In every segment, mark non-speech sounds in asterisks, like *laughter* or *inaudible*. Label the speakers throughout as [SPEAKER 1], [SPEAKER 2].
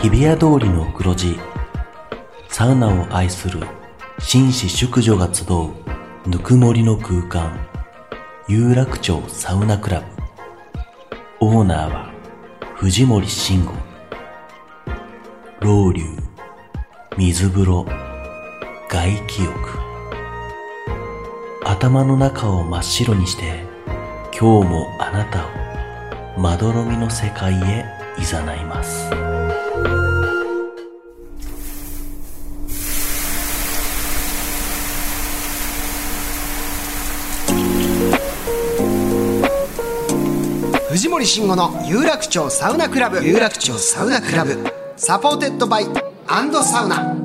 [SPEAKER 1] 日比谷通りの黒字サウナを愛する紳士淑女が集うぬくもりの空間有楽町サウナクラブオーナーは藤森慎吾老流水風呂外気浴頭の中を真っ白にして今日もあなたをまどろみの世界へ誘います
[SPEAKER 2] 藤森慎吾の有楽町サウナクラブ有楽町サウナクラブサポーテッドバイアンドサウナ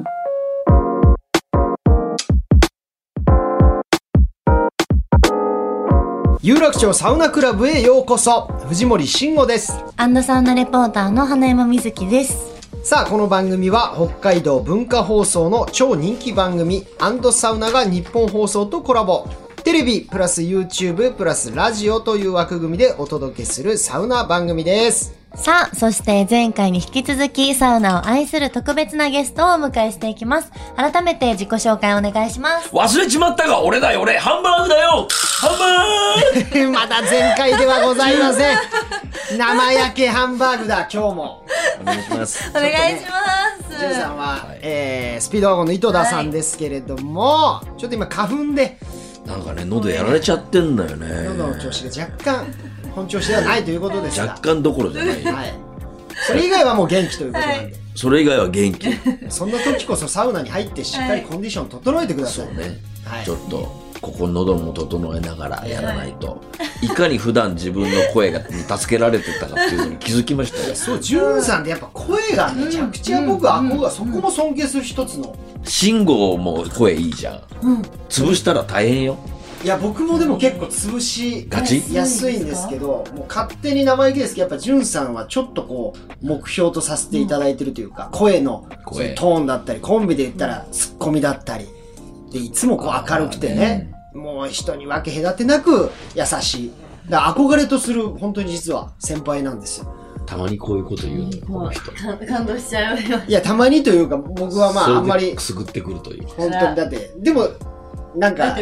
[SPEAKER 2] 有楽町サウナクラブへようこそ藤森慎吾です
[SPEAKER 3] アンドサウナレポーターの花山瑞希です。
[SPEAKER 2] さあこの番組は北海道文化放送の超人気番組「アンドサウナ」が日本放送とコラボテレビプラス YouTube プラスラジオという枠組みでお届けするサウナ番組です
[SPEAKER 3] さあ、そして前回に引き続きサウナを愛する特別なゲストをお迎えしていきます。改めて自己紹介お願いします。
[SPEAKER 4] 忘れちまったが俺だよ俺ハンバーグだよハンバー
[SPEAKER 2] *laughs* まだ前回ではございません生焼けハンバーグだ今日も
[SPEAKER 4] グお願いします
[SPEAKER 3] お願いし
[SPEAKER 2] ジュンさ
[SPEAKER 3] ま
[SPEAKER 2] んは、えースピードワゴンの井戸田さんですけれども、ちょっと今花粉で
[SPEAKER 4] なんかね喉やられちゃってんだよね
[SPEAKER 2] 喉の調子が若干本調子ではないということですが
[SPEAKER 4] 若干どころじゃ
[SPEAKER 3] *laughs*
[SPEAKER 4] ないよ
[SPEAKER 2] はいそれ以外はもう元気ということなんで、
[SPEAKER 4] それ以外は元気ね
[SPEAKER 2] そんな時こそサウナに入ってしっかりコンディション整えてください、はい
[SPEAKER 4] ちょっとここ喉も整えながらやらないといかに普段自分の声がに助けられてたかっていうのに気づきましたよ
[SPEAKER 2] そうジュンさんってやっぱ声がめちゃくちゃ僕は僕はそこも尊敬する一つの
[SPEAKER 4] 慎吾も声いいじゃん、潰したら大変よ
[SPEAKER 2] いや僕もでも結構潰し
[SPEAKER 4] ガチ
[SPEAKER 2] 安いんですけどもう勝手に生意気ですけどやっぱじゅんさんはちょっとこう目標とさせていただいてるというか、声のその
[SPEAKER 4] 声
[SPEAKER 2] トーンだったりコンビで言ったらツッコミだったりでいつもこう明るくてねもう人に分け隔てなく優しいだから憧れとする本当に実は先輩なんです
[SPEAKER 4] *laughs*
[SPEAKER 2] よ
[SPEAKER 4] たまにこういうこと言うのよこの人
[SPEAKER 3] す。感動しちゃうよ。
[SPEAKER 2] いやたまにというか僕はまああんま
[SPEAKER 4] それ
[SPEAKER 2] り
[SPEAKER 4] でくすぐってくるという
[SPEAKER 2] 本当にだってでもなんか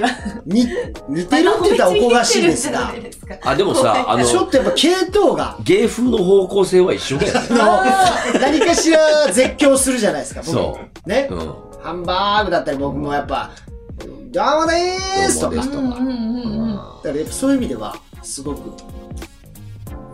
[SPEAKER 2] に似てるって言ったらおこがしいですが
[SPEAKER 4] あで
[SPEAKER 3] *laughs*
[SPEAKER 4] もさ *laughs* あの
[SPEAKER 2] ちょっとやっぱ系統が
[SPEAKER 4] 芸風の方向性は一緒だよね
[SPEAKER 2] *laughs* あの何かしら絶叫するじゃないですか、僕。
[SPEAKER 4] そ
[SPEAKER 2] ね、
[SPEAKER 4] うん。
[SPEAKER 2] ハンバーグだったり僕もやっぱ、どうもでーすとか、だ
[SPEAKER 4] どうもですと
[SPEAKER 3] うんうんうん。
[SPEAKER 2] からやっぱそういう意味では、すごく、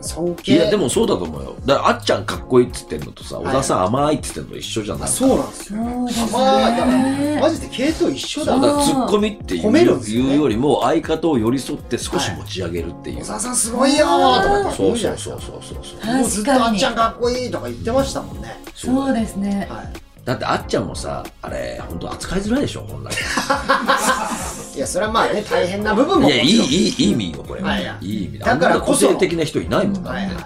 [SPEAKER 2] 尊敬。
[SPEAKER 4] いや、でもそうだと思うよ。だから、あっちゃんかっこいいっつってんのとさ、
[SPEAKER 2] い
[SPEAKER 4] 小田さん甘いっつってんのと一緒じゃな
[SPEAKER 2] あ
[SPEAKER 4] い
[SPEAKER 2] そうなんですよ。
[SPEAKER 3] そうです
[SPEAKER 2] まあ、だから、マジで系統一緒だ
[SPEAKER 4] そうだ
[SPEAKER 2] な。
[SPEAKER 4] からツッコミっていう
[SPEAKER 2] 褒めるんですよね
[SPEAKER 4] いうよりも、相方を寄り添って少し持ち上げるっていう。
[SPEAKER 2] 小沢さんすごいよーとか言って
[SPEAKER 4] そ
[SPEAKER 2] 言
[SPEAKER 4] う
[SPEAKER 2] うじゃ
[SPEAKER 4] そ
[SPEAKER 2] な
[SPEAKER 4] う
[SPEAKER 2] いです
[SPEAKER 4] そ
[SPEAKER 2] か
[SPEAKER 4] う。そうそうそう。
[SPEAKER 3] 確かに
[SPEAKER 2] もうずっとあっちゃんかっこいいとか言ってましたもんね。
[SPEAKER 3] そうですね。
[SPEAKER 2] は
[SPEAKER 4] だってあっちゃんもさ、あれ、本当扱いづらいでしょ、本来。
[SPEAKER 2] い。いや、それはまあね、大変な部 *laughs* 分もも
[SPEAKER 4] いや、いい、
[SPEAKER 2] ちろん。
[SPEAKER 4] いい、いい意味よ、これ
[SPEAKER 2] はいはい。
[SPEAKER 4] いい意味
[SPEAKER 2] だからこそ
[SPEAKER 4] あんな個性的な人いないもんだ
[SPEAKER 2] はい
[SPEAKER 4] って。
[SPEAKER 2] は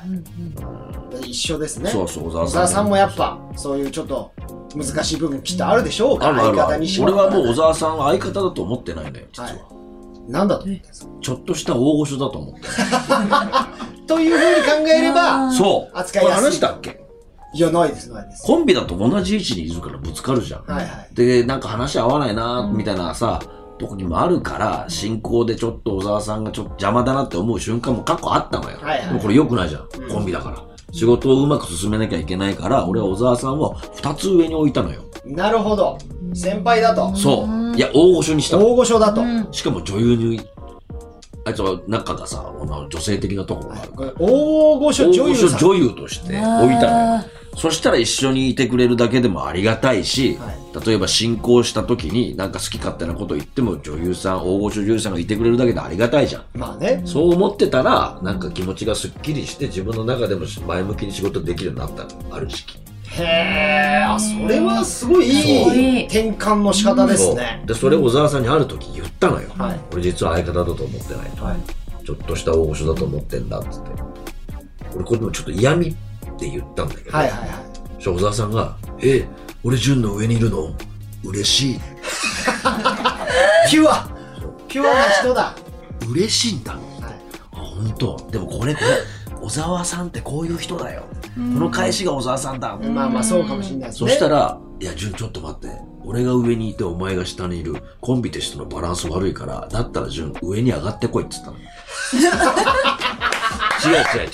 [SPEAKER 2] い。一緒ですね。
[SPEAKER 4] そうそう、小
[SPEAKER 2] 小沢
[SPEAKER 4] 沢
[SPEAKER 2] さ
[SPEAKER 4] さ
[SPEAKER 2] ん
[SPEAKER 4] んも。
[SPEAKER 2] もやっぱそういうちょっと難しい部分きっとあるでしょう
[SPEAKER 4] あ
[SPEAKER 2] から
[SPEAKER 4] るある
[SPEAKER 2] 相
[SPEAKER 4] あ
[SPEAKER 2] 方
[SPEAKER 4] る
[SPEAKER 2] にし。
[SPEAKER 4] 俺はもう小沢さんは相方だと思ってないのよ、実は
[SPEAKER 2] はい。なんだと思ってんですか
[SPEAKER 4] ちょっとした大御所だと思ってる。
[SPEAKER 2] というふうに考えれば
[SPEAKER 4] そう。
[SPEAKER 2] 扱いやすい
[SPEAKER 4] これ話したっけ
[SPEAKER 2] いやないですないです
[SPEAKER 4] コンビだと同じ位置にいるからぶつかるじゃん。
[SPEAKER 2] はいはい
[SPEAKER 4] で、なんか話合わないな、みたいなさ、とこにもあるから、進行でちょっと小沢さんがちょっと邪魔だなって思う瞬間も過去あったのよ。
[SPEAKER 2] はいはい
[SPEAKER 4] でもこれ良くないじゃん。コンビだから。仕事をうまく進めなきゃいけないから、俺は小沢さんを二つ上に置いたのよ。
[SPEAKER 2] なるほど先輩だと
[SPEAKER 4] そう。いや、大御所にしたの。
[SPEAKER 2] 大御所だと、
[SPEAKER 4] しかも女優に、あいつは中がさ、あの女性的なところがあるから。
[SPEAKER 2] 大御所
[SPEAKER 4] 大
[SPEAKER 2] 女
[SPEAKER 4] 御
[SPEAKER 2] 優
[SPEAKER 4] 所
[SPEAKER 2] さん
[SPEAKER 4] 女優として置いたのよ。そしたら一緒にいてくれるだけでもありがたいし、
[SPEAKER 2] は
[SPEAKER 4] 例えば進行した時になんか好き勝手なこと言っても女優さん、大御所女優さんがいてくれるだけでありがたいじゃん。
[SPEAKER 2] まあね
[SPEAKER 4] そう思ってたら、なんか気持ちがすっきりして自分の中でも前向きに仕事できるようになったの。ある時期。
[SPEAKER 2] へえあそれはすごい
[SPEAKER 4] そう
[SPEAKER 2] いい転換の仕方です
[SPEAKER 4] そ
[SPEAKER 2] ね
[SPEAKER 4] うで、それを小沢さんにある時言ったのよ。
[SPEAKER 2] はい
[SPEAKER 4] 俺実は相方だと思ってないと。
[SPEAKER 2] はい
[SPEAKER 4] ちょっとした大御所だと思ってんだっつって。俺これでもちょっと嫌味って言ったんだけど、
[SPEAKER 2] はいはいはい
[SPEAKER 4] そしたら小沢さんが、え、俺純の上にいるの嬉しい。
[SPEAKER 2] ピュアピュアな人だ
[SPEAKER 4] 嬉しいんだ。
[SPEAKER 2] はい
[SPEAKER 4] *laughs* あ本当でもこれこれ小沢さんってこういう人だよこの返しが小沢さんだ、
[SPEAKER 2] まあまあそうかもしれないです
[SPEAKER 4] そ
[SPEAKER 2] ね。
[SPEAKER 4] したら、いや、潤ちょっと待って。俺が上にいてお前が下にいる。コンビとしてのバランス悪いから、だったら潤、上に上がってこいって言
[SPEAKER 2] *laughs*
[SPEAKER 4] ったの。違う違う違う。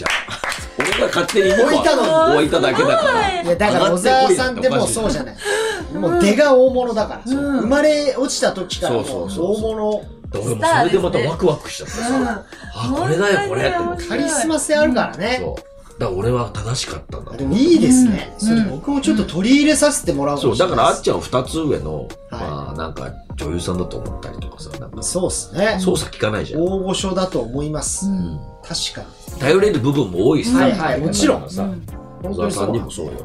[SPEAKER 4] 俺が勝手に今
[SPEAKER 2] 置いたの
[SPEAKER 4] 置いただけだから。
[SPEAKER 2] いやだから小沢さんってもうそうじゃ
[SPEAKER 4] い。
[SPEAKER 2] ない。もう出が大物だから。生まれ落ちた時からもう
[SPEAKER 4] そうそうそう
[SPEAKER 2] 大物、
[SPEAKER 4] 俺もそれでまたワクワクしちゃったさ。あ、これだよ、これって思って。
[SPEAKER 2] カリスマ性あるからね。
[SPEAKER 4] そう。だから俺は正しかったんだ
[SPEAKER 2] あ
[SPEAKER 4] と
[SPEAKER 2] で
[SPEAKER 4] 思
[SPEAKER 2] も
[SPEAKER 4] う。
[SPEAKER 2] いいですね。それ僕もちょっと取り入れさせてもらおうか
[SPEAKER 4] そ
[SPEAKER 2] も
[SPEAKER 4] う、
[SPEAKER 2] しれ
[SPEAKER 4] だ
[SPEAKER 2] な
[SPEAKER 4] か
[SPEAKER 2] い
[SPEAKER 4] らあ
[SPEAKER 2] で
[SPEAKER 4] っ
[SPEAKER 2] す
[SPEAKER 4] ちゃんは二つ上の、まあなんか女優さんだと思ったりとかさ、なんか
[SPEAKER 2] そうですね。
[SPEAKER 4] 操作聞かないじゃん。
[SPEAKER 2] 大御所だと思います。
[SPEAKER 4] うん
[SPEAKER 2] 確か
[SPEAKER 4] 頼れる部分も多いしさ、
[SPEAKER 2] はいはいもちろん
[SPEAKER 4] さ、
[SPEAKER 2] に。
[SPEAKER 4] 小
[SPEAKER 2] 本当
[SPEAKER 4] 沢
[SPEAKER 2] に
[SPEAKER 4] さんにも
[SPEAKER 2] そう。
[SPEAKER 4] そうよ。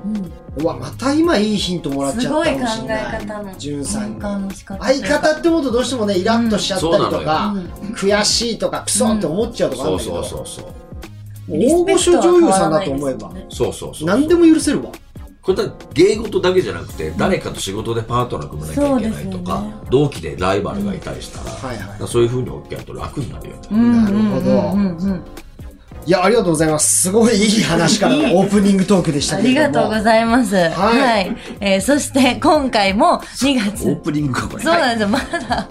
[SPEAKER 2] うわ、また今いいヒントもらっちゃったかもしれない。
[SPEAKER 3] すごい考え方の
[SPEAKER 2] じゅんさんに。
[SPEAKER 3] の仕方
[SPEAKER 2] 相方って思うとどうしてもね、イラッとしちゃったりとか、悔しいとか、クソって思っちゃうとかある
[SPEAKER 4] そ
[SPEAKER 2] ん
[SPEAKER 4] う
[SPEAKER 2] だけど、
[SPEAKER 4] そうそうそう。
[SPEAKER 2] 大御所女優さんだと思えば、
[SPEAKER 4] そうそうそう。
[SPEAKER 2] 何でも許せるわ。
[SPEAKER 4] これだ芸事だけじゃなくて、誰かと仕事でパートナー組まなきゃいけないとか、
[SPEAKER 3] そうですよね
[SPEAKER 4] 同期でライバルがいたりしたら、
[SPEAKER 2] はいはい
[SPEAKER 4] だからそういうふうに置き合うと楽になるよね。
[SPEAKER 3] な
[SPEAKER 2] なるほどいや、ありがとうございます。すごいいい話からのオープニングトークでした
[SPEAKER 3] あ
[SPEAKER 2] けれ
[SPEAKER 3] り
[SPEAKER 2] ども。
[SPEAKER 3] がとうございます。はい。えーそして今回も2
[SPEAKER 4] オ
[SPEAKER 3] 月、
[SPEAKER 4] ープニングか、これ。
[SPEAKER 3] *laughs* そうなんですよ、まだ。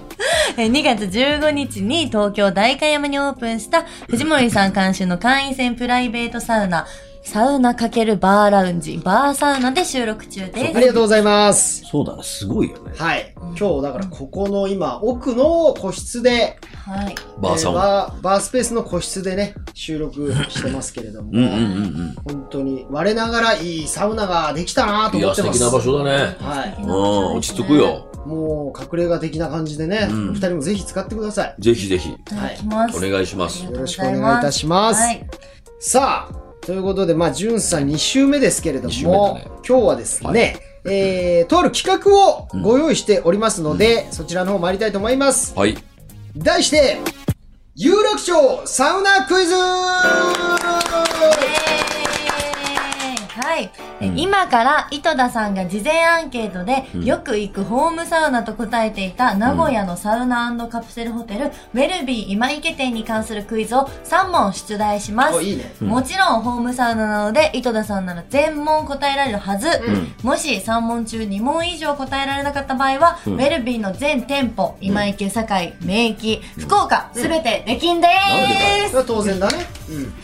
[SPEAKER 3] えー2月15日に東京代官山にオープンした藤森さん監修の会員制プライベートサウナ、サウナ×バーラウンジ、バーサウナで収録中です。
[SPEAKER 2] ありがとうございます。
[SPEAKER 4] そうだね、すごいよね。
[SPEAKER 2] はい。今日、だから、ここの今、奥の個室で、
[SPEAKER 3] はい。
[SPEAKER 4] ばあさん
[SPEAKER 2] えー
[SPEAKER 4] は。
[SPEAKER 2] バーバースペースの個室でね、収録してますけれども、
[SPEAKER 4] うんうんうん
[SPEAKER 2] 本当に、我ながらいいサウナができたな
[SPEAKER 4] う
[SPEAKER 2] と
[SPEAKER 4] ん。い
[SPEAKER 2] 思
[SPEAKER 4] や、
[SPEAKER 2] って
[SPEAKER 4] 素
[SPEAKER 2] ます。
[SPEAKER 4] 敵な場所だね。
[SPEAKER 2] はい。
[SPEAKER 4] うん、落ち着く。よ。
[SPEAKER 2] もう、隠れ家的な感じでね、お
[SPEAKER 4] うん
[SPEAKER 2] 二人もぜひ使ってください。
[SPEAKER 4] ぜひぜひ、
[SPEAKER 3] いただきます。
[SPEAKER 4] お
[SPEAKER 3] あり
[SPEAKER 4] 願いします。
[SPEAKER 3] が
[SPEAKER 2] よ
[SPEAKER 3] とう
[SPEAKER 2] ろ
[SPEAKER 3] ご
[SPEAKER 2] しくお
[SPEAKER 3] ざいます。
[SPEAKER 2] 願いいたします。
[SPEAKER 3] はい。
[SPEAKER 2] さあ、ということで、まあ、じゅんさん2週目ですけれど
[SPEAKER 4] 二週目
[SPEAKER 2] も、
[SPEAKER 4] だね
[SPEAKER 2] 今日はですね、えー、とある企画をご用意しておりますので、そちらの方参りたいと思います。
[SPEAKER 4] はい。
[SPEAKER 2] 題して、有楽町サウナクイズ
[SPEAKER 3] はい、え今から井戸田さんが事前アンケートで、よく行くホームサウナと答えていた名古屋のサウナカプセルホテル、ウェルビー今池店に関するクイズを3問出題します
[SPEAKER 2] おいいね
[SPEAKER 3] もちろんホームサウナなので井戸田さんなら全問答えられるはず、もし3問中2問以上答えられなかった場合は、ウェルビーの全店舗今池堺名駅福岡すべ、て出禁で
[SPEAKER 4] なん
[SPEAKER 2] そ
[SPEAKER 3] す
[SPEAKER 2] れは当然だね。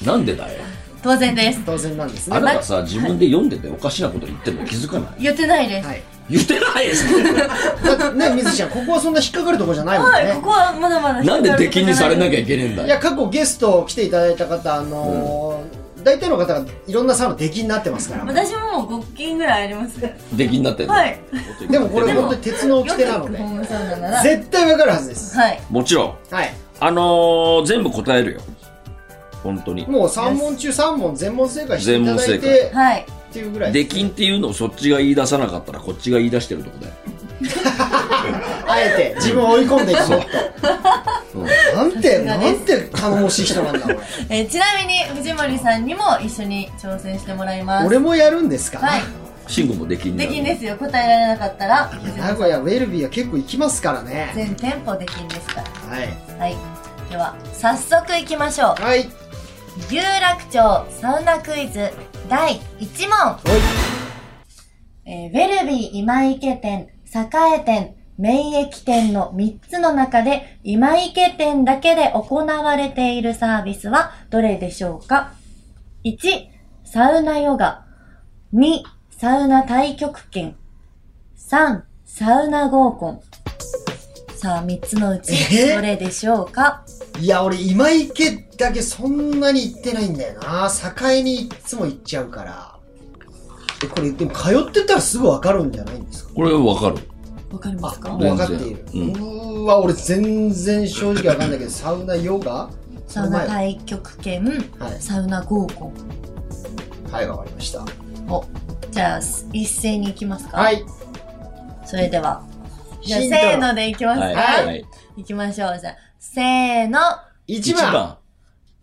[SPEAKER 2] うん、
[SPEAKER 4] なんでだよ。
[SPEAKER 3] 当然です
[SPEAKER 2] 当然なんですね。
[SPEAKER 4] あ
[SPEAKER 2] は
[SPEAKER 4] なたさ、自分で読んでておかしなこと言ってるの気づかない
[SPEAKER 3] 言ってないです、
[SPEAKER 2] い。
[SPEAKER 4] 言ってない
[SPEAKER 3] *laughs*
[SPEAKER 4] ですね。
[SPEAKER 2] だってね、水ちゃん、ここはそんな引っかかるとこじゃないもん
[SPEAKER 3] はい、
[SPEAKER 2] ね
[SPEAKER 3] こ。こはまだまだ。
[SPEAKER 4] なんで出禁にされなきゃい
[SPEAKER 3] け
[SPEAKER 4] けねえんだ
[SPEAKER 2] い
[SPEAKER 4] よ
[SPEAKER 2] や、。過去ゲスト来ていただいた方、あのー大体の方がいろんなサウナ出禁になってますから。
[SPEAKER 3] 私ももう5件ぐらいありますから。
[SPEAKER 4] 出禁になってんの
[SPEAKER 3] はい。
[SPEAKER 2] でもこれ
[SPEAKER 3] でも
[SPEAKER 2] 本当に鉄の掟なので
[SPEAKER 3] ホー、ムサウナな
[SPEAKER 2] *laughs*
[SPEAKER 3] ら。
[SPEAKER 2] 絶対わかるはずです。
[SPEAKER 3] はい。
[SPEAKER 4] もちろん、
[SPEAKER 2] はい。
[SPEAKER 4] あのー、全部答えるよ。本当に。
[SPEAKER 2] もう3問中3問全問正解していただい
[SPEAKER 4] 全問正
[SPEAKER 2] て、
[SPEAKER 3] はい。
[SPEAKER 2] っていうぐらい。
[SPEAKER 4] 出禁っていうのをそっちが言い出さなかったらこっちが言い出してるとこだよ。
[SPEAKER 2] あえて自分を追い込んでいくもっと。
[SPEAKER 4] う
[SPEAKER 2] *laughs* なんて、なんて頼もしい人なんだ、
[SPEAKER 3] えーちなみに、藤森さんにも一緒に挑戦してもらい *laughs* ます。
[SPEAKER 2] 俺。俺もやるんですか
[SPEAKER 3] はい。
[SPEAKER 4] 慎吾も出禁にな
[SPEAKER 3] 出
[SPEAKER 4] る。
[SPEAKER 3] 禁ですよ。答えられなかったら、
[SPEAKER 2] 名古屋ウェルビーは結構行きますからね。
[SPEAKER 3] 全店舗出禁ですか
[SPEAKER 2] はい。
[SPEAKER 3] ら。はい。では、早速行きましょう。
[SPEAKER 2] はい。
[SPEAKER 3] 有楽町サウナクイズ第1問。えーウェルビー今池店、栄店、免疫店の3つの中で、今池店だけで行われているサービスはどれでしょうか ?1、サウナヨガ。2、サウナ太極拳。3、サウナ合コン。さあ、3つのうち
[SPEAKER 2] え、
[SPEAKER 3] どれでしょうか、
[SPEAKER 2] いや、俺、今池だけそんなに行ってないんだよな。栄にいつも行っちゃうから。えこれ、でも通ってたらすぐわかるんじゃないんですか
[SPEAKER 4] これわかる。
[SPEAKER 3] わかりますか
[SPEAKER 2] もう分かっている。う
[SPEAKER 4] 全
[SPEAKER 2] ーわ、俺全然正直わかんないけど、サウナヨガ
[SPEAKER 3] サウナ太極拳、
[SPEAKER 2] はい
[SPEAKER 3] サウナ合コン。
[SPEAKER 2] はい、わかりました。
[SPEAKER 3] お、じゃあ、す一斉に行きますか。
[SPEAKER 2] は。い。
[SPEAKER 3] それでは。じゃあ、
[SPEAKER 2] ヒ
[SPEAKER 3] せ
[SPEAKER 2] ント
[SPEAKER 3] ーので行きますか。
[SPEAKER 2] はい
[SPEAKER 4] い。
[SPEAKER 3] 行きましょう。じゃあ、せーの。
[SPEAKER 2] 一
[SPEAKER 4] 一
[SPEAKER 2] 番。
[SPEAKER 4] 番。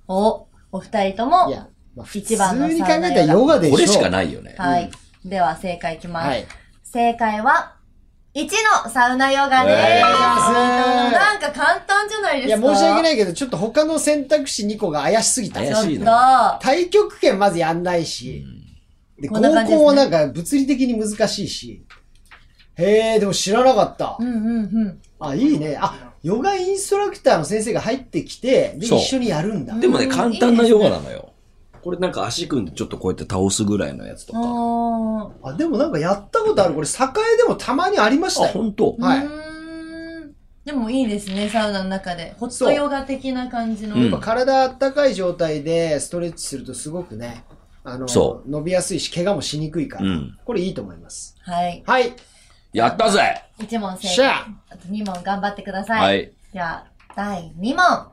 [SPEAKER 3] お、お二人とも。
[SPEAKER 2] いや、まあ、普通
[SPEAKER 3] 一
[SPEAKER 2] に
[SPEAKER 3] 番の
[SPEAKER 2] 考えたらヨガでしょ。
[SPEAKER 4] これしかないよね。
[SPEAKER 3] はい。では、正解いきます。
[SPEAKER 2] はい。
[SPEAKER 3] 正解は、1のサウナヨガです。
[SPEAKER 4] えー
[SPEAKER 3] なんか簡単じゃないで
[SPEAKER 2] い
[SPEAKER 3] す
[SPEAKER 2] や、
[SPEAKER 3] か。。
[SPEAKER 2] 申し訳ないいけど、ちょっと他の選択肢2個が怪しすぎた。
[SPEAKER 4] 怪しい
[SPEAKER 3] ちょっと、
[SPEAKER 4] な
[SPEAKER 2] 対極拳まずやんないし、で、
[SPEAKER 3] こ
[SPEAKER 2] 高
[SPEAKER 3] んな感じです
[SPEAKER 2] 校
[SPEAKER 3] ね
[SPEAKER 2] はなんか物理的に難しいし。へえ、でも知らなかった
[SPEAKER 3] う。んうんうん。
[SPEAKER 2] あ、いいね。あ、ヨガインストラクターの先生が入ってきて、で、
[SPEAKER 4] そう
[SPEAKER 2] 一緒にやるんだ。
[SPEAKER 4] でもね、
[SPEAKER 3] うん
[SPEAKER 4] 簡単なヨガなのよ。これなんか足組んでちょっとこうやって倒すぐらいのやつとか。あ、
[SPEAKER 3] あ
[SPEAKER 2] あ、でもなんかやったことある。これ、栄でもたまにありましたよ。
[SPEAKER 4] 本当
[SPEAKER 3] ー。
[SPEAKER 2] はいう
[SPEAKER 3] ーんでもいいですね、サウナの中で。ホットヨガ的な感じの。
[SPEAKER 4] そううん
[SPEAKER 2] 体あったかい状態でストレッチするとすごくね、あの、
[SPEAKER 4] そ
[SPEAKER 2] 伸びやすいし、怪我もしにくいから、
[SPEAKER 4] うん
[SPEAKER 2] これいいと思います。
[SPEAKER 3] はい。
[SPEAKER 2] はい。
[SPEAKER 4] やったぜ
[SPEAKER 3] 1問正
[SPEAKER 2] シ
[SPEAKER 3] 解。
[SPEAKER 2] ャ
[SPEAKER 3] あ
[SPEAKER 2] ー
[SPEAKER 3] と2問頑張ってください。
[SPEAKER 4] はい。
[SPEAKER 3] じゃあ、第2問。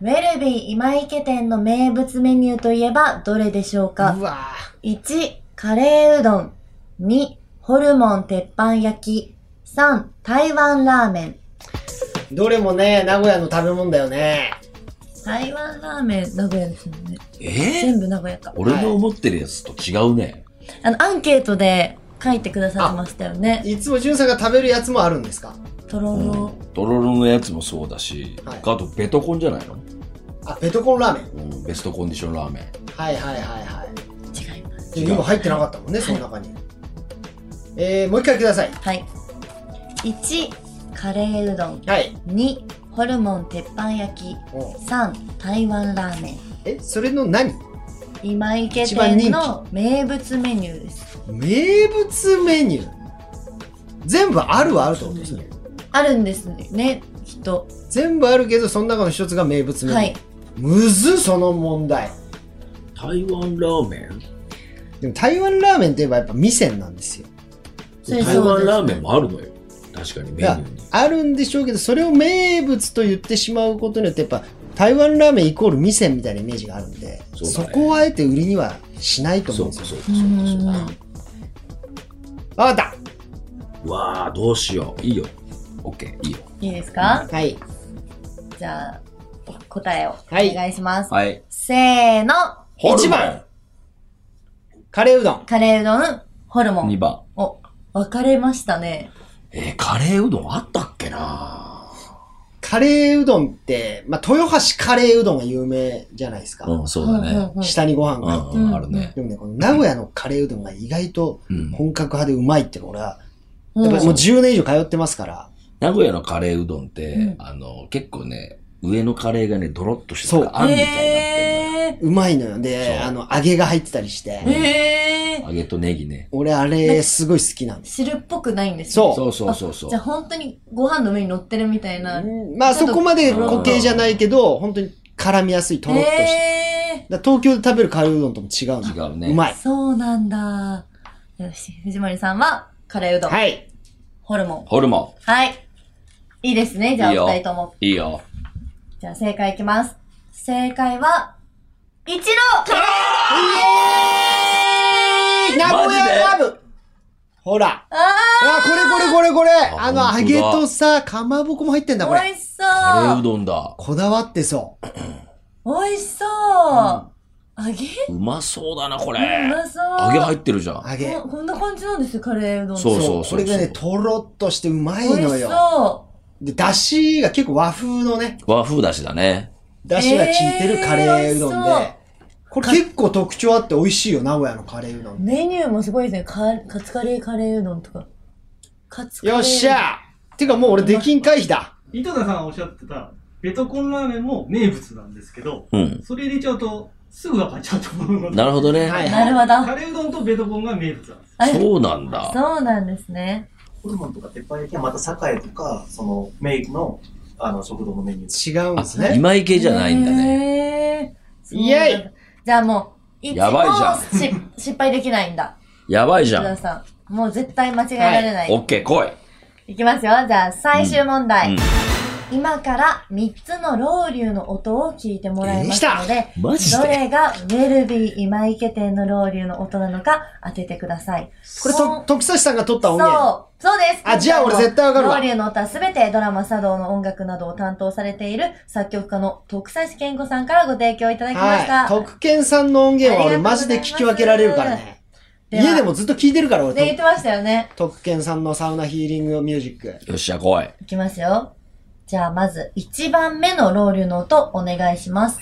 [SPEAKER 3] ウェルビー今池店の名物メニューといえばどれでしょうか
[SPEAKER 2] うわ
[SPEAKER 3] 1、カレーうどん。2、ホルモン鉄板焼き。3、台湾ラーメン。
[SPEAKER 2] ぁどれもね、名古屋の食べ物だよね。
[SPEAKER 3] 台湾ラーメン、名古屋ですもんね。
[SPEAKER 4] えー
[SPEAKER 3] 全部名古屋か。
[SPEAKER 4] 俺の思ってるやつと違うね。
[SPEAKER 3] あの、アンケートで書いてくださってましたよね。
[SPEAKER 2] いつもじゅんさんが食べるやつもあるんですか
[SPEAKER 3] とろ
[SPEAKER 4] うん
[SPEAKER 3] ろ。。
[SPEAKER 4] ドロロのやつもそうだし、
[SPEAKER 2] はい
[SPEAKER 4] あとベトコンじゃないの、
[SPEAKER 2] あ、ベトコンラーメン。
[SPEAKER 4] うん、ベストコンディションラーメン。
[SPEAKER 2] はいはいはいはい。
[SPEAKER 3] 違います。
[SPEAKER 2] で今入ってなかったもんね、その中に。えー、もう一回ください。
[SPEAKER 3] はい。1、カレーうどん。
[SPEAKER 2] はい。
[SPEAKER 3] 2、ホルモン鉄板焼き。
[SPEAKER 2] おう
[SPEAKER 3] 3、台湾ラーメン。
[SPEAKER 2] え、それの何
[SPEAKER 3] 今池
[SPEAKER 2] 一番人気
[SPEAKER 3] 店の名物メニューです。
[SPEAKER 2] 名物メニュー全部あるはあるってことですね。
[SPEAKER 3] あるんですね、きっと。
[SPEAKER 2] 全部あるけど、その中の一つが名物メニュー。
[SPEAKER 3] はい。
[SPEAKER 2] むず、その問題。
[SPEAKER 4] 台湾ラーメン
[SPEAKER 2] でも台湾ラーメンといえばやっぱ店なんですよ。
[SPEAKER 3] それ
[SPEAKER 4] 台
[SPEAKER 3] そうで
[SPEAKER 4] 湾
[SPEAKER 3] す
[SPEAKER 4] ラーメンもあるのよ。確かにメニューに。
[SPEAKER 2] あるんでしょうけど、それを名物と言ってしまうことによって、やっぱ台湾ラーメンイコール店みたいなイメージがあるんで、そ,、
[SPEAKER 4] そうだね
[SPEAKER 2] こをあえて売りにはしないと思
[SPEAKER 4] そううん
[SPEAKER 2] ですよ。
[SPEAKER 4] かそうか
[SPEAKER 3] う
[SPEAKER 4] そうかそうか。
[SPEAKER 3] ん。
[SPEAKER 2] わかっ
[SPEAKER 4] うわあどうしよう。いいよ。オッケーいいよ。
[SPEAKER 3] いいですか
[SPEAKER 2] たはい。
[SPEAKER 3] じゃあ、答えをお
[SPEAKER 2] はい
[SPEAKER 3] 願いします。
[SPEAKER 4] はい。
[SPEAKER 3] せーの。
[SPEAKER 2] 一番カレーうどん。
[SPEAKER 3] カレーうどん、ホルモ
[SPEAKER 4] 二
[SPEAKER 3] ン。
[SPEAKER 4] 番。
[SPEAKER 3] お、分かれましたね。
[SPEAKER 4] えー、カレーうどんあったっけな
[SPEAKER 2] カレーうどんって、まあ、豊橋カレーうどんが有名じゃないですか。
[SPEAKER 4] うん、そうだ
[SPEAKER 3] んん
[SPEAKER 4] ね。
[SPEAKER 3] うん
[SPEAKER 2] 下にご飯
[SPEAKER 4] う
[SPEAKER 2] が入っ
[SPEAKER 4] ん、
[SPEAKER 2] て
[SPEAKER 4] う
[SPEAKER 2] る。
[SPEAKER 4] ん、あるね。
[SPEAKER 2] でもね、この名古屋のカレーうどんが意外と
[SPEAKER 4] うん。
[SPEAKER 2] 本格派でうまいってのは俺は、
[SPEAKER 3] う
[SPEAKER 2] やっぱりもうん10年以上通ってますから、
[SPEAKER 4] 名古屋のカレーうどんって、
[SPEAKER 3] うん
[SPEAKER 4] あの、結構ね、上のカレーがね、ドロッとしたのがあんみたいになって
[SPEAKER 3] へ
[SPEAKER 2] うまいのよ。で、
[SPEAKER 4] そう
[SPEAKER 2] あの、揚げが入ってたりして
[SPEAKER 3] ー。、へ
[SPEAKER 4] る
[SPEAKER 3] ー。
[SPEAKER 4] のよ。揚げとネギね。
[SPEAKER 2] 俺あれすごい好きなんです。
[SPEAKER 3] 汁っぽくないんですね
[SPEAKER 2] そう
[SPEAKER 4] そうそうそうそう
[SPEAKER 3] じゃあ。本当にご飯の上に乗ってるみたいな。
[SPEAKER 2] うんまあそこまで固形じゃないけど、本当に絡みやすい、とろっとした。
[SPEAKER 3] へ
[SPEAKER 2] だから東京で食べるカレーうどんとも違うんだ
[SPEAKER 4] 違うね
[SPEAKER 2] うま
[SPEAKER 3] ー。
[SPEAKER 2] い。
[SPEAKER 3] そうなんだ。よし、藤森さんはカレーうどん、
[SPEAKER 2] はい。
[SPEAKER 3] ホルモン。
[SPEAKER 4] ホルモ
[SPEAKER 3] はい。いいですね。じゃあ
[SPEAKER 4] いいよ
[SPEAKER 3] お二人とも。
[SPEAKER 4] ン。いいよ。
[SPEAKER 3] じゃあ正解いきます。正解は、一郎
[SPEAKER 2] 名古屋ラブほら。ああ、これこれこれこれ。あの、
[SPEAKER 4] 本当だ
[SPEAKER 2] 揚げとさ、かまぼこも入ってんだ、こ
[SPEAKER 3] 美
[SPEAKER 2] れ。
[SPEAKER 3] 味しそ
[SPEAKER 4] カレーう
[SPEAKER 3] う
[SPEAKER 4] どんだ。
[SPEAKER 2] こだわってそう。
[SPEAKER 3] 美味しそう揚げ
[SPEAKER 4] うまそうだな、こ
[SPEAKER 3] う
[SPEAKER 4] れ。
[SPEAKER 3] まそう
[SPEAKER 4] 揚げ入ってるじゃん。
[SPEAKER 2] 揚げ。
[SPEAKER 3] こんこんな感じなんですよ、カレーうどんって
[SPEAKER 4] そうそう
[SPEAKER 2] これがね、とろっとしてうまい
[SPEAKER 3] 美
[SPEAKER 2] の
[SPEAKER 3] 味し
[SPEAKER 2] よ。
[SPEAKER 3] そ
[SPEAKER 2] で、だしが結構和風のね、
[SPEAKER 4] 和風だしだね。
[SPEAKER 2] だしが効いてるカレーうどんで、
[SPEAKER 3] えー美味しそう
[SPEAKER 2] これ結構特徴あって美味しいよ、名古屋のカレーうど
[SPEAKER 3] う。
[SPEAKER 2] ん。
[SPEAKER 3] メニューもすごいですね。カカツカレーカレーうどんとか。カツカレー。
[SPEAKER 2] よっしゃてかもう俺出禁回避だ。
[SPEAKER 5] 井戸田さんがおっしゃってた、ベトコンラーメンも名物なんですけど、
[SPEAKER 4] うん。
[SPEAKER 5] それ入れちゃうと、すぐ分かっちゃうと思うので、
[SPEAKER 4] なるほどね。
[SPEAKER 2] はい
[SPEAKER 3] なるほど。
[SPEAKER 5] カレーうどんとベトコンが名物なんです。
[SPEAKER 3] あ
[SPEAKER 4] そうなん
[SPEAKER 3] *laughs*
[SPEAKER 4] だ。
[SPEAKER 3] そうなんですね。
[SPEAKER 6] ホルモンとか鉄板焼きはまた栄とか、そのメイクのあの食堂のメニューです。
[SPEAKER 2] 違うんですね。
[SPEAKER 4] 今池じゃないんだね。
[SPEAKER 3] ね。
[SPEAKER 2] イエイ
[SPEAKER 3] イじゃあもう、一
[SPEAKER 4] やばいじゃん
[SPEAKER 3] 問し失敗できないんだ。
[SPEAKER 4] やばいじ
[SPEAKER 3] 福
[SPEAKER 4] ゃ
[SPEAKER 3] 田
[SPEAKER 4] ん。
[SPEAKER 3] さん。もう絶対間違えられない。
[SPEAKER 4] オッケー、来い。
[SPEAKER 3] いきますよ。じゃあ、最終問題。
[SPEAKER 4] うんうん
[SPEAKER 3] 今から3つのロウリュの音を聞いてもらいますので、
[SPEAKER 4] マジ
[SPEAKER 3] ど
[SPEAKER 4] で
[SPEAKER 3] れがウェルビー今池店のロウリュの音なのか当ててください。
[SPEAKER 2] これと、徳差さんが撮った音源。
[SPEAKER 3] そう、そうです。
[SPEAKER 2] あじゃあ俺絶対わかるわ
[SPEAKER 3] ロウリュの歌はすべてドラマ、茶道の音楽などを担当されている作曲家の徳橋健吾さんからご提供いただきました。
[SPEAKER 2] はい。徳健さんの音源は俺マジで聞き分けられるからね。
[SPEAKER 3] ありがとうございます
[SPEAKER 2] 家でもずっと聞いてるから
[SPEAKER 3] で言っ
[SPEAKER 2] 俺、
[SPEAKER 3] てましたよね。
[SPEAKER 2] 徳健さんのサウナヒーリングミュージック。
[SPEAKER 4] よっしゃ、来い。
[SPEAKER 3] いきますよ。じゃあまず1番目のロウリュの音お願いします。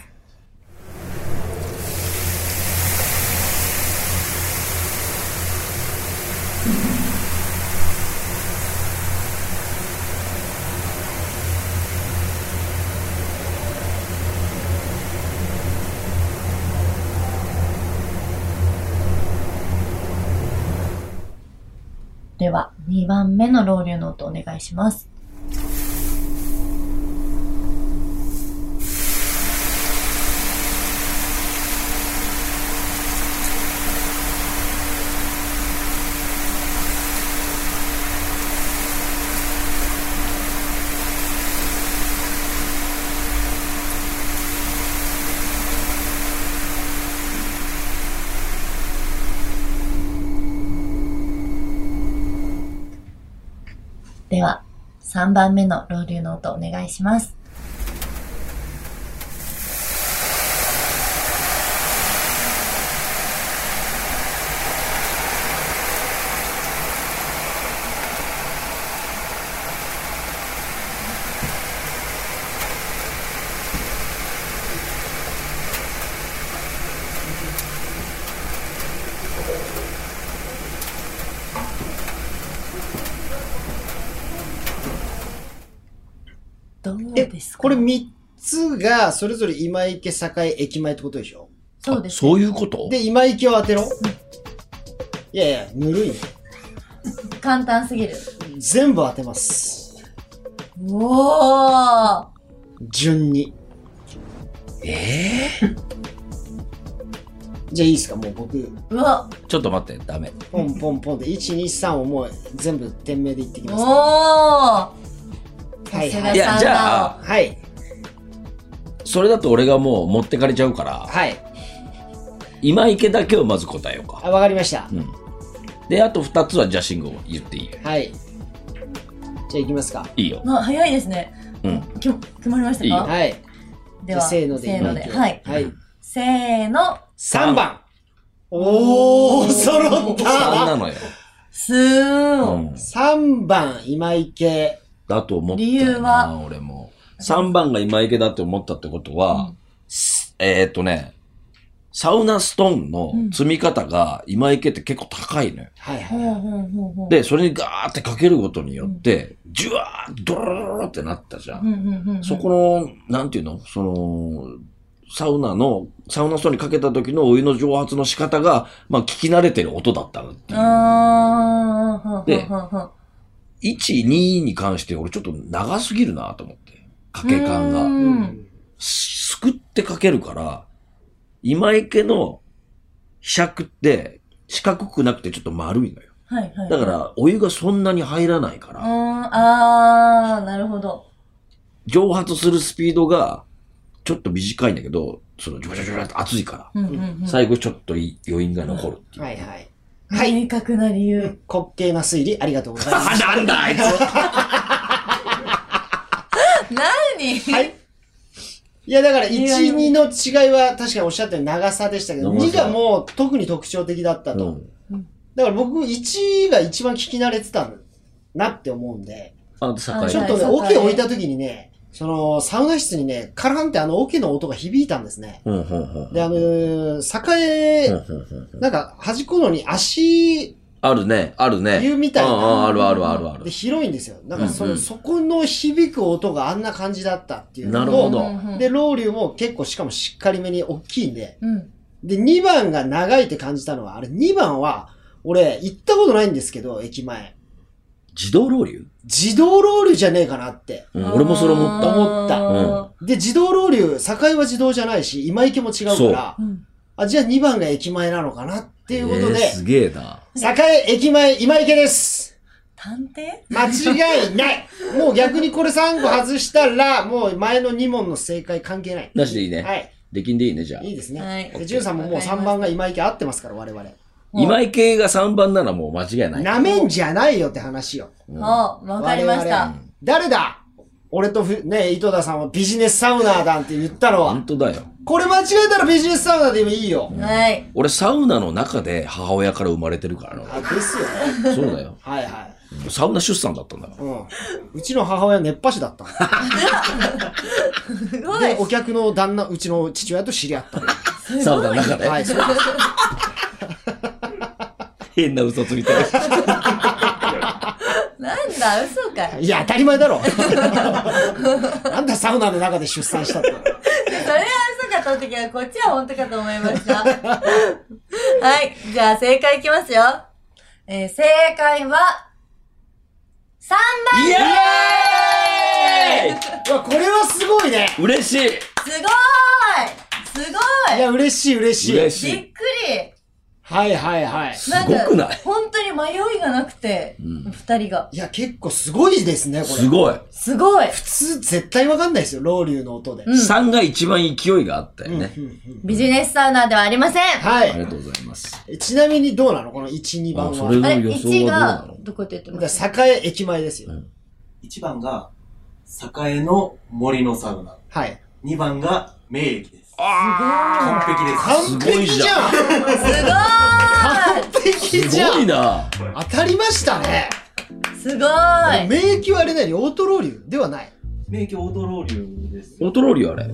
[SPEAKER 3] では、2番目のロウリュの音お願いします。では、3番目のロウリュの音お願いします。どう
[SPEAKER 2] え
[SPEAKER 3] です、か
[SPEAKER 2] これ3つが、それぞれ今池、栄、駅前ってことでしょ
[SPEAKER 3] そうです。
[SPEAKER 4] そういうこと
[SPEAKER 2] で、今池を当てろ。いやいや、ぬるいね。
[SPEAKER 3] 簡単すぎる。
[SPEAKER 2] 全部当てます。
[SPEAKER 3] おー
[SPEAKER 2] 順に。
[SPEAKER 4] え
[SPEAKER 2] じゃあいいですかもう僕、
[SPEAKER 3] うわ
[SPEAKER 4] ー、ちょっと待って、ダメ。
[SPEAKER 2] ポンポンポンで、1、2、3をもう全部点名で言ってきます。は
[SPEAKER 3] おーさ
[SPEAKER 2] い
[SPEAKER 3] す
[SPEAKER 2] は
[SPEAKER 3] が
[SPEAKER 2] い。
[SPEAKER 4] いや、じゃあ、
[SPEAKER 2] はい。
[SPEAKER 4] それだと俺がもう持ってかれちゃうから、
[SPEAKER 2] はい。
[SPEAKER 4] 今池だけをまず答えようか。
[SPEAKER 2] あ、わかりました。
[SPEAKER 4] うん。で、あと2つはじゃあ信号を言っていい
[SPEAKER 2] はい。じゃあ行きますか。
[SPEAKER 4] いいよ。
[SPEAKER 3] あ、早いですね。
[SPEAKER 4] うん。
[SPEAKER 3] きょ決まりましたか
[SPEAKER 4] いいよ
[SPEAKER 2] はい。じ
[SPEAKER 3] で
[SPEAKER 2] ゃあ
[SPEAKER 3] は、
[SPEAKER 2] せーので
[SPEAKER 3] せーので。
[SPEAKER 2] いき
[SPEAKER 3] は
[SPEAKER 2] ましょ
[SPEAKER 3] い。
[SPEAKER 2] うはい。
[SPEAKER 3] せーの。
[SPEAKER 2] 3番。おー、揃っ
[SPEAKER 4] 3
[SPEAKER 2] た
[SPEAKER 4] なのよ。
[SPEAKER 3] すー。
[SPEAKER 4] うんん。
[SPEAKER 2] !3 番、今池。
[SPEAKER 4] だと思った
[SPEAKER 3] 理由
[SPEAKER 4] よな、
[SPEAKER 3] は
[SPEAKER 4] 俺も。3番が今池だって思ったってことは、すえーっとね、サウナストーンの積み方が今池って結構高いのよ。
[SPEAKER 2] はいはい。
[SPEAKER 3] ほうほうほうほう。
[SPEAKER 4] で、それにガーってかけることによって、ジュワーッドロロロロってなったじゃ。
[SPEAKER 3] うんんうんうんうん、
[SPEAKER 4] そこの、なんていうのその、サウナの、サウナストーンにかけた時のお湯の蒸発の仕方が、まあ聞き慣れてる音だったなっていう。
[SPEAKER 3] あー、ほうほう
[SPEAKER 4] で
[SPEAKER 3] ほうほう。
[SPEAKER 4] 1、2に関して俺ちょっと長すぎるなと思って。かけ感
[SPEAKER 3] う
[SPEAKER 4] が。
[SPEAKER 3] ん。
[SPEAKER 4] すすくってかけるから、今池のひしゃくって四角くなくてちょっと丸いのよ。
[SPEAKER 3] はいはい。
[SPEAKER 4] だから、お湯がそんなに入らないか
[SPEAKER 3] う
[SPEAKER 4] ら、
[SPEAKER 3] ん、あー、なるほど。
[SPEAKER 4] 蒸発するスピードがちょっと短いんだけど、そのジュワジュワジュワって熱いか
[SPEAKER 3] うんうんうん。
[SPEAKER 4] ら、最後ちょっとい余韻が残るっていう。
[SPEAKER 2] はいはい。はい。
[SPEAKER 3] 明確な理由。
[SPEAKER 2] 滑稽な推理ありがとうございま
[SPEAKER 4] あ、なんだあ *laughs* いつ
[SPEAKER 3] 何
[SPEAKER 2] す。はい。いや、だから、1、
[SPEAKER 3] いやいや
[SPEAKER 2] 2の違いは確かにおっしゃったように長さでしたけど、
[SPEAKER 4] 長
[SPEAKER 2] 2
[SPEAKER 4] さ
[SPEAKER 2] がもう特に特徴的だった
[SPEAKER 4] う
[SPEAKER 2] と。
[SPEAKER 4] ん。
[SPEAKER 2] だから僕、1が一番聞き慣れてたなって思うんで、
[SPEAKER 4] あ、
[SPEAKER 3] はい
[SPEAKER 2] ちょっ
[SPEAKER 4] 境。
[SPEAKER 2] とね、
[SPEAKER 3] はい
[SPEAKER 2] オケ置いた時にね、その、サウナ室にね、カランってあのオケの音が響いたんですね。
[SPEAKER 4] うん、うん、うん。うん
[SPEAKER 2] で、あのー、
[SPEAKER 4] うん
[SPEAKER 2] 栄、
[SPEAKER 4] うんうん
[SPEAKER 2] なんか端っこのに足
[SPEAKER 4] あるね、あるね。
[SPEAKER 2] 湯みたい
[SPEAKER 4] うんう
[SPEAKER 2] な。
[SPEAKER 4] んあるあるあるある
[SPEAKER 2] で、。広いんですよ。だからそ、
[SPEAKER 4] うんうん
[SPEAKER 2] そこの響く音があんな感じだったっていうの
[SPEAKER 4] な
[SPEAKER 2] と
[SPEAKER 4] るほど
[SPEAKER 3] うんうんうん
[SPEAKER 2] で、ロウリュも結構しかもしっかりめに大きいんで。
[SPEAKER 3] うん。
[SPEAKER 2] で、2番が長いって感じたのは、あれ2番は、俺、行ったことないんですけど、駅前。
[SPEAKER 4] 自動漏流
[SPEAKER 2] 自動ロウリュじゃねえかなって。
[SPEAKER 4] うん、俺もそれ思った。
[SPEAKER 2] 思った
[SPEAKER 4] う
[SPEAKER 2] で、自動ロウリュ、境は自動じゃないし、今池も違うから、
[SPEAKER 3] うん。うん。
[SPEAKER 2] あ、じゃあ2番が駅前なのかなっていうことで、
[SPEAKER 4] えーすげえな。
[SPEAKER 2] 栄駅前今池です
[SPEAKER 3] 探偵
[SPEAKER 2] 間違いないもう逆にこれ3個外したら、もう前の2問の正解関係ない。
[SPEAKER 4] なしでいいね。
[SPEAKER 2] はい。
[SPEAKER 4] できんでいいね、じゃあ。
[SPEAKER 2] いいですね。
[SPEAKER 3] はい
[SPEAKER 2] で、ジュンさんももう3番が今池合ってますから、我々。
[SPEAKER 4] 今池が3番ならもう間違いない。
[SPEAKER 2] なめんじゃないよって話よ。
[SPEAKER 3] もう、わかりまし
[SPEAKER 2] 我
[SPEAKER 3] た
[SPEAKER 2] 々。誰だ俺とふ、ね、井戸田さんはビジネスサウナーだって言ったのは
[SPEAKER 4] 本。当だよ。
[SPEAKER 2] これ間違えたらビジネスサウナーでもいいよ。
[SPEAKER 3] はい。
[SPEAKER 4] 俺、サウナの中で母親から生まれてるからな。
[SPEAKER 2] あ、ですよね。
[SPEAKER 4] そうだよ。
[SPEAKER 2] はいはい。
[SPEAKER 4] サウナ出産だったんだから。
[SPEAKER 2] うん。うちの母親熱波師だったの。
[SPEAKER 3] すごい
[SPEAKER 2] で、お客の旦那、うちの父親と知り合ったの。
[SPEAKER 4] サウナの中で。
[SPEAKER 2] はい、そうです。
[SPEAKER 4] 変な嘘ついてる。
[SPEAKER 3] なんだ、嘘かい。
[SPEAKER 2] いや、当たり前だろ。 *laughs* なんだサウナの中で出産したって。
[SPEAKER 3] それは嘘かと思ったけど、こっちは本当かと思いました。 *laughs* はい。じゃあ、正解いきますよ。えー正解は、 3
[SPEAKER 4] イ
[SPEAKER 3] 番
[SPEAKER 4] エー
[SPEAKER 2] う
[SPEAKER 4] イ
[SPEAKER 2] わ、これはすごいね。
[SPEAKER 4] 嬉しい
[SPEAKER 3] すごーいす
[SPEAKER 2] い
[SPEAKER 3] ご
[SPEAKER 2] や、嬉しい、嬉しい。
[SPEAKER 4] 嬉し
[SPEAKER 3] いびっく
[SPEAKER 2] はいはいはい。
[SPEAKER 4] す
[SPEAKER 3] りなん
[SPEAKER 4] ごく
[SPEAKER 3] か
[SPEAKER 4] ない、
[SPEAKER 3] 本当に迷いがなくて、
[SPEAKER 4] うん
[SPEAKER 3] 二人が。
[SPEAKER 2] いや、結構すごいですね、これ。
[SPEAKER 4] すごい。
[SPEAKER 3] すごい
[SPEAKER 2] 普通、絶対わかんないですよ、ロウリュの音で。
[SPEAKER 3] うん
[SPEAKER 4] 3が一番勢いがあったよね。
[SPEAKER 2] うんうんうん
[SPEAKER 3] ビジネスサウナーではありません
[SPEAKER 2] は
[SPEAKER 4] あり
[SPEAKER 2] い。
[SPEAKER 4] がとうございます。
[SPEAKER 2] えちなみにどうなのこの1、2番
[SPEAKER 4] あ
[SPEAKER 2] は。
[SPEAKER 4] それ
[SPEAKER 3] あ
[SPEAKER 4] の
[SPEAKER 3] れ、
[SPEAKER 4] 予
[SPEAKER 3] 1
[SPEAKER 4] 想
[SPEAKER 3] が
[SPEAKER 4] はどうなの、
[SPEAKER 3] どこって言って
[SPEAKER 2] だ
[SPEAKER 3] ました
[SPEAKER 2] から栄駅前ですよ。
[SPEAKER 6] 1番が、栄の森のサウナ。
[SPEAKER 2] はい。
[SPEAKER 6] 2番が、名駅です。
[SPEAKER 4] あ
[SPEAKER 6] 完璧です。
[SPEAKER 2] 完璧じゃん
[SPEAKER 3] すごー
[SPEAKER 2] 完璧じ
[SPEAKER 4] す
[SPEAKER 2] ゃ
[SPEAKER 4] ごい
[SPEAKER 2] ん
[SPEAKER 4] な
[SPEAKER 2] 当たりましたね
[SPEAKER 3] いすごーい
[SPEAKER 2] 免疫はあれなり、オートロウリュではない。
[SPEAKER 6] 名駅オートローリューです。
[SPEAKER 4] オートローリュあれ。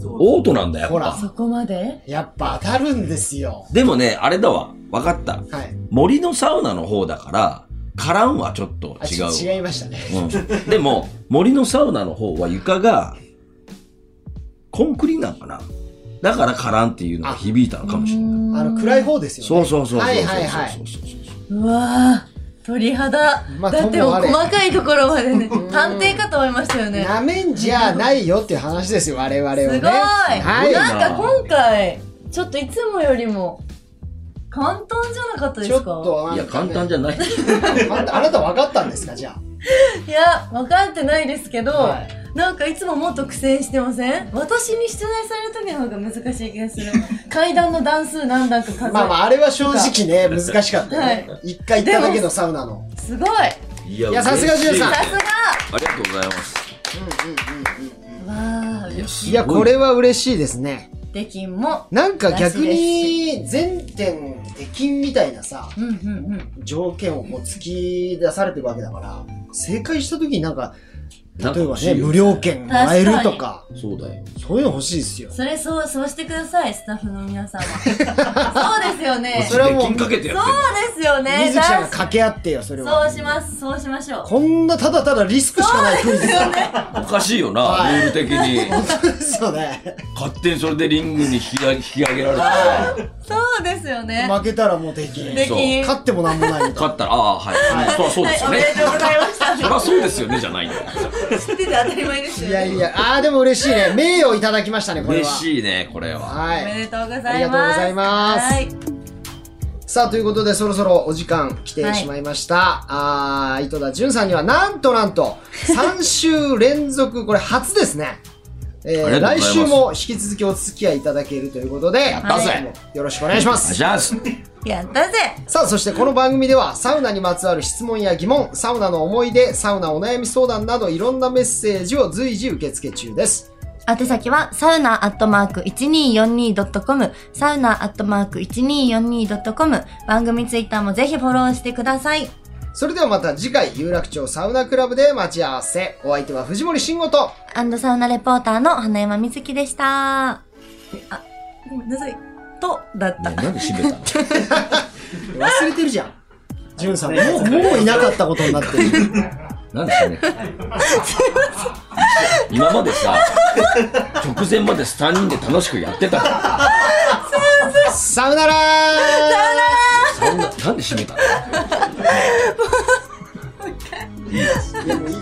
[SPEAKER 6] そう
[SPEAKER 4] オートなんだよ、やっ
[SPEAKER 2] ほら
[SPEAKER 4] ぱ。
[SPEAKER 3] そこまで
[SPEAKER 2] やっぱ当たるんですよ。
[SPEAKER 4] でもね、あれだわ。わかった。
[SPEAKER 2] はい。
[SPEAKER 4] 森のサウナの方だから、からんはちょっと
[SPEAKER 2] あ
[SPEAKER 4] 違
[SPEAKER 2] ち
[SPEAKER 4] う。
[SPEAKER 2] 違いましたね。
[SPEAKER 4] うん、でも、森のサウナの方は床が、コンクリなのかなだからからんっていうのが響いたのかもしれない。
[SPEAKER 2] あの、暗い方ですよね。
[SPEAKER 4] そうそうそうそうそうそう。
[SPEAKER 2] はいはいはい
[SPEAKER 4] そうそうそう
[SPEAKER 3] うわぁ、鳥肌。
[SPEAKER 2] まあ
[SPEAKER 3] だって
[SPEAKER 2] と
[SPEAKER 3] もう
[SPEAKER 2] もあれ
[SPEAKER 3] 細かいところまでね、探偵かと思いましたよね。
[SPEAKER 2] なめんじゃないよっていう話ですよ、我々はね。
[SPEAKER 3] すごい、
[SPEAKER 2] はい。
[SPEAKER 3] なんか今回、ちょっといつもよりも、簡単じゃなかったで
[SPEAKER 2] ちょ
[SPEAKER 3] す
[SPEAKER 2] っ
[SPEAKER 3] か
[SPEAKER 2] と、
[SPEAKER 4] いや、簡単じゃな
[SPEAKER 2] ゃ
[SPEAKER 4] い。
[SPEAKER 2] あなた分かったんですか、じゃ
[SPEAKER 3] いや、分かってないですけど、
[SPEAKER 2] あ。はい
[SPEAKER 3] なんかいつももっと苦戦してません私に出題される時の方が難しい気が
[SPEAKER 2] *laughs*
[SPEAKER 3] する。階段の段数何段か数える。
[SPEAKER 2] まあまあ、あれは正直ね、難しかったよね。一、回行っただけのサウナの。
[SPEAKER 3] すごい
[SPEAKER 4] い
[SPEAKER 2] いやさすがジュンさん
[SPEAKER 3] さ
[SPEAKER 4] あ
[SPEAKER 3] すが
[SPEAKER 4] りがとうござい
[SPEAKER 3] わ
[SPEAKER 4] ます。
[SPEAKER 3] ぁ、嬉し
[SPEAKER 2] いや、これは嬉しいですね。
[SPEAKER 3] い。できんも。
[SPEAKER 2] なんか逆に、全点出禁みたいなさ、
[SPEAKER 3] うんうんうん。
[SPEAKER 2] 条件をこう突き出されてるわけだから、正解した時になんか、
[SPEAKER 4] なんか
[SPEAKER 2] 例えば
[SPEAKER 4] 欲しいよ
[SPEAKER 2] ね、
[SPEAKER 4] ね
[SPEAKER 2] 無料券もらえるとか、
[SPEAKER 4] そうだよ。
[SPEAKER 2] そういうの欲しいですよ。
[SPEAKER 3] それそう、そうしてください、スタッフの
[SPEAKER 2] *laughs*
[SPEAKER 3] 皆さんは。そうですよね。
[SPEAKER 2] そ
[SPEAKER 3] そ
[SPEAKER 2] れはもう
[SPEAKER 4] 金かけてやってんの
[SPEAKER 3] うですよね。
[SPEAKER 2] 水木さんが
[SPEAKER 3] 確か
[SPEAKER 2] 掛け合ってよ、それは。
[SPEAKER 3] そうします、そうしましょう。
[SPEAKER 2] こんなただただリスクしかないクイズ
[SPEAKER 3] ですよね。
[SPEAKER 4] おかしいよ
[SPEAKER 2] は
[SPEAKER 4] な、
[SPEAKER 2] い
[SPEAKER 4] ルール
[SPEAKER 3] *laughs*
[SPEAKER 4] 的に。
[SPEAKER 2] ですよね。
[SPEAKER 4] 勝手にそれでリングに引き上げ引き上げられて。
[SPEAKER 3] そうですよね。
[SPEAKER 2] 負けたらもうできん
[SPEAKER 3] できん。
[SPEAKER 2] 勝ってもなんも
[SPEAKER 3] *laughs*
[SPEAKER 2] ないみたい
[SPEAKER 4] 勝ったら、ああ、はい。そうそうですよ
[SPEAKER 3] おめ
[SPEAKER 4] ね。
[SPEAKER 3] でとうございました。
[SPEAKER 4] そりゃそうですよね、じゃないよ。
[SPEAKER 3] 知ってて当たり前です
[SPEAKER 2] な。
[SPEAKER 3] よ
[SPEAKER 2] い
[SPEAKER 3] ね。
[SPEAKER 2] やいや、あーでも嬉しいね。名誉いただきましたね、これは。
[SPEAKER 4] 嬉しいね、これは。
[SPEAKER 2] は
[SPEAKER 3] おめ
[SPEAKER 2] い。
[SPEAKER 3] でとうございます。
[SPEAKER 2] ありがとうございます
[SPEAKER 3] はい。
[SPEAKER 2] さあ、ということで、そろそろお時間来てしまいました。あー、井戸田潤さんには、なんとなんと、3週連続、これ初ですね。え
[SPEAKER 4] あ
[SPEAKER 2] ー、
[SPEAKER 4] りがと
[SPEAKER 2] 来
[SPEAKER 4] うございます
[SPEAKER 2] 週も引き続きお付き合いいただけるということで、
[SPEAKER 4] ったぜ
[SPEAKER 2] はいよろしくお願いしま
[SPEAKER 4] お
[SPEAKER 2] す
[SPEAKER 4] 願い。します。
[SPEAKER 3] やったぜ
[SPEAKER 2] さあ、そしてこの番組では、サウナにまつわる質問や疑問、サウナの思い出、サウナお悩み相談など、いろんなメッセージを随時受付中です。
[SPEAKER 3] 宛先は、サウナアットマーク 1242.com、サウナアットマーク 1242.com、番組ツイッターもぜひフォローしてください。
[SPEAKER 2] それではまた次回、有楽町サウナクラブで待ち合わせ。お相手は藤森慎吾と、
[SPEAKER 3] アンドサウナレポーターの花山瑞希でした。あ、ごめんなさい。と、だった。
[SPEAKER 4] ねなんで閉めたの
[SPEAKER 2] 忘れてるじゃん。じゅんさん、もう、もういなかったことになって *laughs* る。
[SPEAKER 4] なんでしょうね。今までさ、直前まで3人で楽しくやってたから、
[SPEAKER 2] サウナラー
[SPEAKER 4] そんな、なんで閉めたの
[SPEAKER 2] いやもういい